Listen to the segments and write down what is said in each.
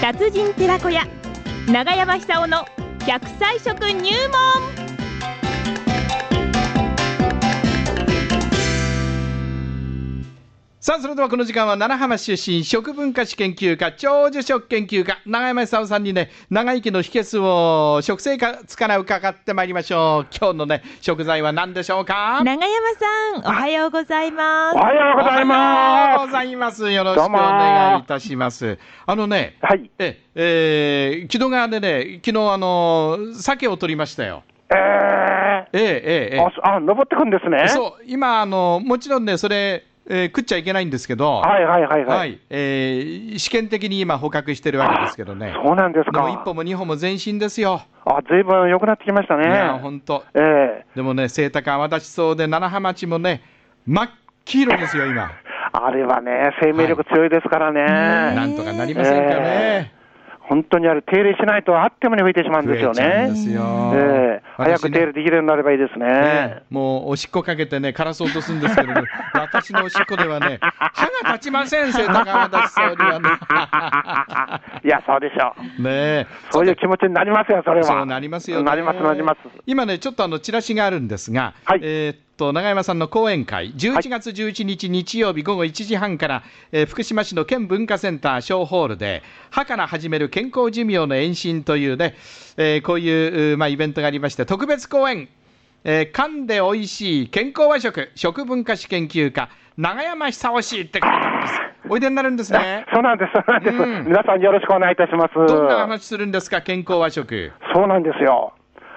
達人寺子屋長山久夫の百歳食入門さあそれではこの時間は奈良浜市出身食文化史研究家長寿食研究家永山久夫さんにね長生きの秘訣を食生活から伺ってまいりましょう今日のね食材は何でしょうか長山さんおはようございますおはようございおはようまごす。ざいますよろしくお願いいたしますあのねはい。ええー、木戸川でね昨日あの鮭を取りましたよえええええええー、あ、そあ、登ってくんですね。そう、今、あの、もちろんね、それ、えー食っちゃいけないんですけど、はいはいはいははい。いえー試験的に今、捕獲してるわけですけどね、そうなんですでもか。一歩も二歩も前進ですよ、あ、ずいぶん良くなってきましたね。いや、本当、ええでもね、清高泡立ちそうで、七葉町もね、真っ黄色ですよ、今、あれはね、生命力強いですからね。なんとかなりませんかね、本当にあれ、手入れしないとあっという間に吹いてしまうんですよ増えちゃうんでね。すよ、ええ早く手入れ私ねできるようになればいいですね。ねもうおしっこかけてね、枯らそうとするんですけど ね、私のおしっこではね、歯が立ちません、清高泡立ちそうには ね。いや、そうでしょう。ねえそういう気持ちになりますよ、それは。そうなりますよね。なります、なります。今ね、ちょっとあのチラシがあるんですが、はいえーっと永山さんの講演会、11月11日日曜日午後1時半から、えー福島市の県文化センター小ホールで、歯から始める健康寿命の延伸というね、えーこういううーまあイベントがありまして、特別講演。えー噛んで美味しい健康和食食文化史研究家永山久夫氏って書いてあるんですおいでになるんですねそうなんです、そうなんです。皆さんよろしくお願いいたします。どんな話するんですか健康和食そうなんですよ。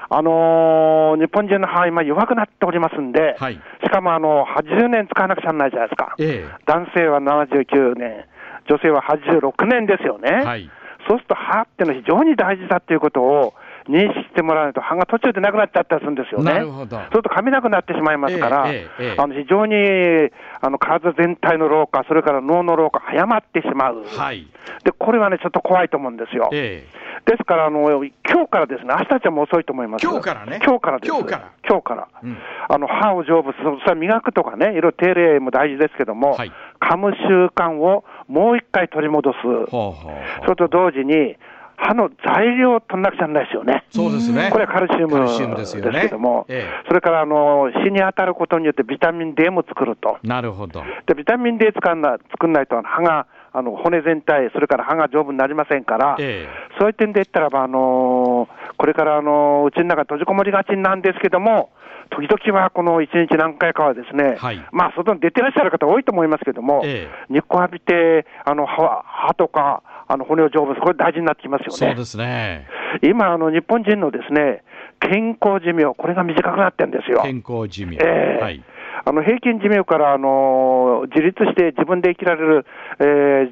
あのー日本人の歯、今、弱くなっておりますんで、はいしかも、あの80年使わなくちゃならないじゃないですか、え男性は79年、女性は86年ですよね、えはいそうすると歯ってのは非常に大事だっていうことを認識してもらわないと、歯が途中でなくなっちゃったりするんですよね。なるほどそうすると噛めなくなってしまいますから、ええええええあの非常にあの体全体の老化、それから脳の老化、早まってしまう、はいでこれはね、ちょっと怖いと思うんですよ。ええですから、あの今日からですね、明日じゃもう遅いと思います。今日からね今日からです。今日から今日からうんあの歯を丈夫する、それは磨くとかね、いろいろ手入れも大事ですけども、はい噛む習慣をもう一回取り戻す、ほうほうそれと同時に、歯の材料を取んなくちゃならないですよね。そうですね。これはカルシウムカルシウムでですすよねけども、えそれからあの死に当たることによってビタミン D も作ると、なるほど。でビタミン D 使んな作んないと、歯があの骨全体、それから歯が丈夫になりませんから、えそういう点で言ったらば、あのーこれから、あのーうちの中閉じこもりがちなんですけども、時々はこの1日何回かはですね、はいまあ、外に出てらっしゃる方多いと思いますけども、え日光浴びて、あの、歯歯とか、あの、骨を丈夫にするこれ大事になってきますえよそうね。ですね。今、あの、日本人のですね、健康寿命、これが短くなってるんですよ。健康寿命。ええはい。あの平均寿命から、あのー自立して自分で生きられる、え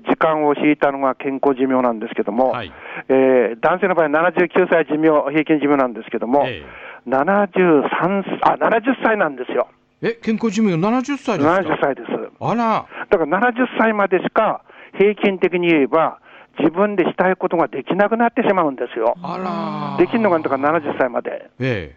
ー時間を敷いたのが健康寿命なんですけども、はいえー男性の場合、79歳寿命、平均寿命なんですけども、え73あ70歳なんですよ、え、健康寿命七十歳ですか。 70歳です。あら、だから70歳までしか平均的に言えば、自分でしたいことができなくなってしまうんですよ。あら。できるのがだから70歳まで。え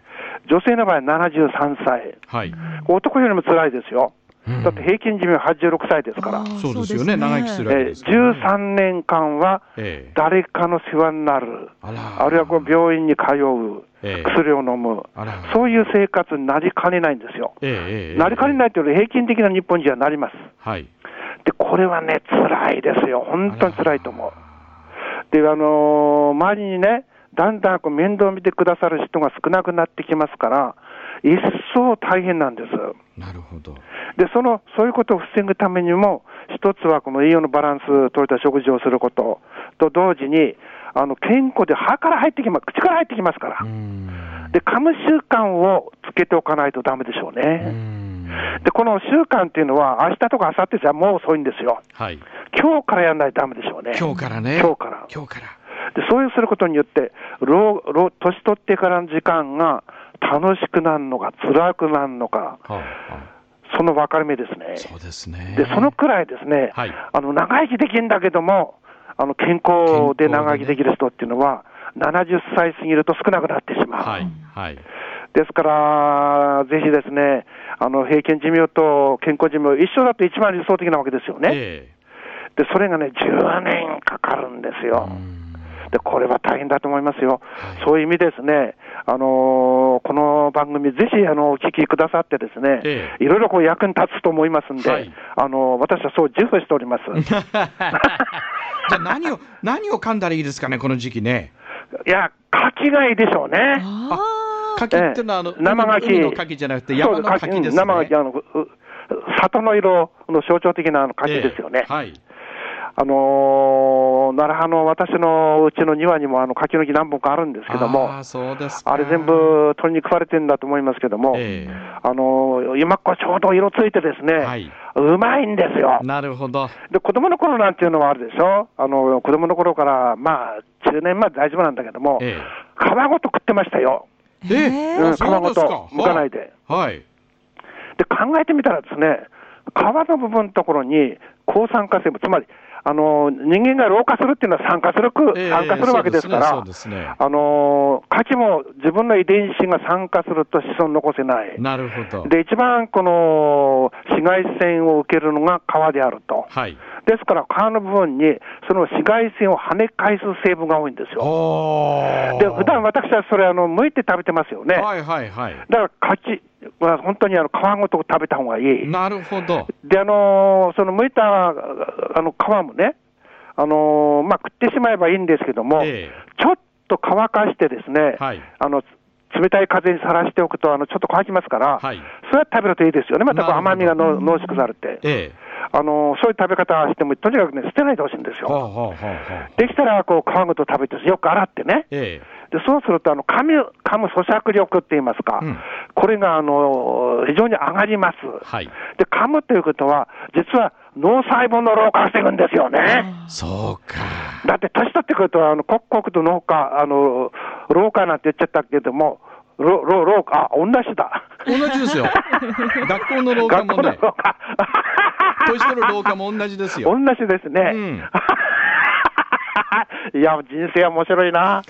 女性の場合73歳。えはい。男よりも辛いですよ。うんだって平均寿命86歳ですから。そうですよね。長生きするわけえーですからね。 13年間はええ誰かの世話になる、あら。あるいはこう病院に通う、ええ薬を飲むあら、そういう生活になりかねないんですよ。ええええなりかねないというより、平均的な日本人はなります。はい。で、これはね、辛いですよ、本当に辛いと思う。で、あのー周りにね、だんだんこう面倒を見てくださる人が少なくなってきますから、一層大変なんです。なるほど。で、その、そういうことを防ぐためにも、一つはこの栄養のバランス取れた食事をすることと同時に、あの、健康で歯から入ってきます、口から入ってきますかうーら。ん。で、噛む習慣をつけておかないとダメでしょううーね。んで、この習慣っていうのは、明日とか明後日じゃもう遅いんですよ。はい。今日からやらないとダメでしょうね。今日からね。今日から今日から。で、そういうすることによって、老、老、年取ってからの時間が楽しくなるのか、辛くなるのか、はあはあその分かれ目ですね。そうですね。で、そのくらいですね、はいあの長生きできるんだけども、あの健康で長生きできる人っていうのは、70歳過ぎると少なくなってしまう。はいはい。ですから、ぜひですね、あの平均寿命と健康寿命、一緒だと一番理想的なわけですよね。ええで、それがね、10年かかるんですよ。うーん で、これは大変だと思いますよ。はいそういう意味ですね、あのーこの番組、ぜひ、あの、お聞きくださってですね、えいろいろこう役に立つと思いますんで、はいあのー私はそう自負してお ります。じゃあ何を、何を噛んだらいいですかね、この時期ね。いや、牡蠣がいいでしょうね。あー柿っていうのは、あの、ええ生牡蠣海の牡蠣じゃなくて、山のそう牡蠣ですね。うん生牡蠣、あの、う里の色の象徴的なあの牡蠣ですよね。ええはい。あのー奈良派の私のうちの庭にもあの柿の木何本かあるんですけども、ああーそうですかれ全部鳥に食われてるんだと思いますけども、ええあのー今っこちょうど色ついてですね、はい。うまいんですよ。なるほど。で、子供の頃なんていうのはあるでしょあの、子供の頃から、まあ、10年まで大丈夫なんだけども、え皮ごと食ってましたよ。え。ええうん、あ皮そうごですかと。剥かないで。はい。で、考えてみたらですね、皮の部分のところに抗酸化成分、つまり、あの、人間が老化するっていうのは酸化するく、ええ酸化するわけですから、そうですねそうですねあの、牡蠣も自分の遺伝子が酸化すると子孫残せない。なるほど。で、一番この紫外線を受けるのが皮であると。はい。ですから、皮の部分に、その紫外線を跳ね返す成分が多いんですよ。おで、普段私はそれ、あの、剥いて食べてますよね。はいはいはい。だから、牡蠣は本当にあの皮ごと食べた方がいい。なるほど。で、あのーその剥いたあの皮もね、あのーまあ、食ってしまえばいいんですけども、ええちょっと乾かしてですね、はいあの冷たい風にさらしておくと、あのちょっと乾きますから、はいそれは食べるといいですよね、またこうな甘みるほがどの濃縮されて、ええ。あのーそういう食べ方しても、とにかくね、捨てないでほしいんですはあ、よ。はあはあはあ、できたらこう皮ごと食べて、よく洗ってね、ええ。でそうするとあの噛む、噛む咀嚼力って言いますか、うんこれがあの非常に上がります。はいで噛むということは、実は脳細胞の老化を防ぐんですよね。そうか。だって年取ってくると、あの刻々と脳化あの、老化なんて言っちゃったけども、老老老化、あ、同じだ。同じ ですよ。学校の廊下学も校のね、老化。年取る廊下も同じです同 よ。じですね。うん いや、人生は面白 いな。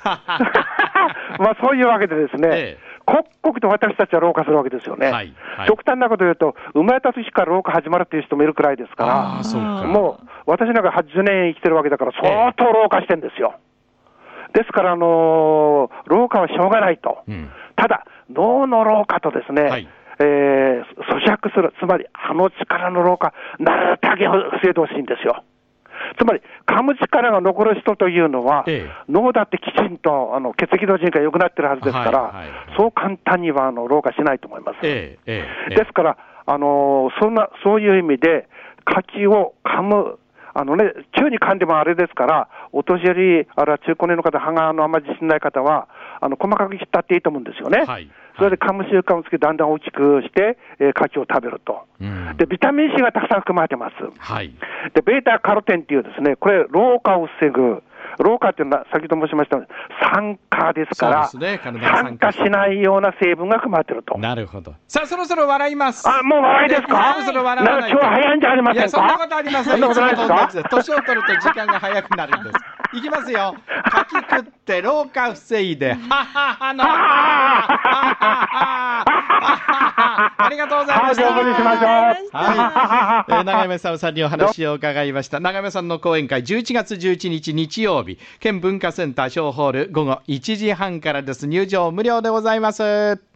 まあ、そういうわけでですね、ええ刻々と私たちは老化するわけですよね。はいはい極端なこと言うと、生まれた時から老化始まるっていう人もいるくらいですあかあ、そうら、か。もう私なんか80年生きてるわけだから、相当老化してんですよ。ですから、あのー老化はしょうがないと。うんただ、脳の老化とですね、はいえー咀嚼する、つまり歯の力の老化、なるだけ防いでほしいんですよ。つまり、噛む力が残る人というのは、ええ脳だってきちんとあの血液の循環良くなってるはずですから、はいはいはいそう簡単にはあの老化しないと思います。ええ、ええ。ええですから、あのーそんな、そういう意味で、柿を噛む、あのね、宙に噛んでもあれですから、お年寄り、あるいは中高年の方、歯があのあんまり自信ない方は、あの細かく切ったっていいと思うんですよね。はいそれで噛む習慣をつけて、だんだん大きくして、えー柿を食べると。うんで、ビタミン C がたくさん含まれてます。はい。で、ベータカロテンっていうですね、これ、老化を防ぐ。老化っていうのは、先ほど申しましたように酸化ですから、そうですね体が酸酸化化ししてないような成分が含まれてると。なるほど。さあ、そろそろ笑います。あ、もう笑いですかそろそろ笑なわんなかいと今日は早いんじゃありまいせや、んかそんなことありません。そんなことないですかつもの通りです年を取ると時間が早くなるんです。いきますよ。かき食って老化防いで。はははの。はははありがとうございました。はい上手にしましょうはい、えー、長山久夫さんにお話を伺いました。長山さんの講演会、11月11日日曜日、県文化センター小ホール、午後1時半からです。入場無料でございます。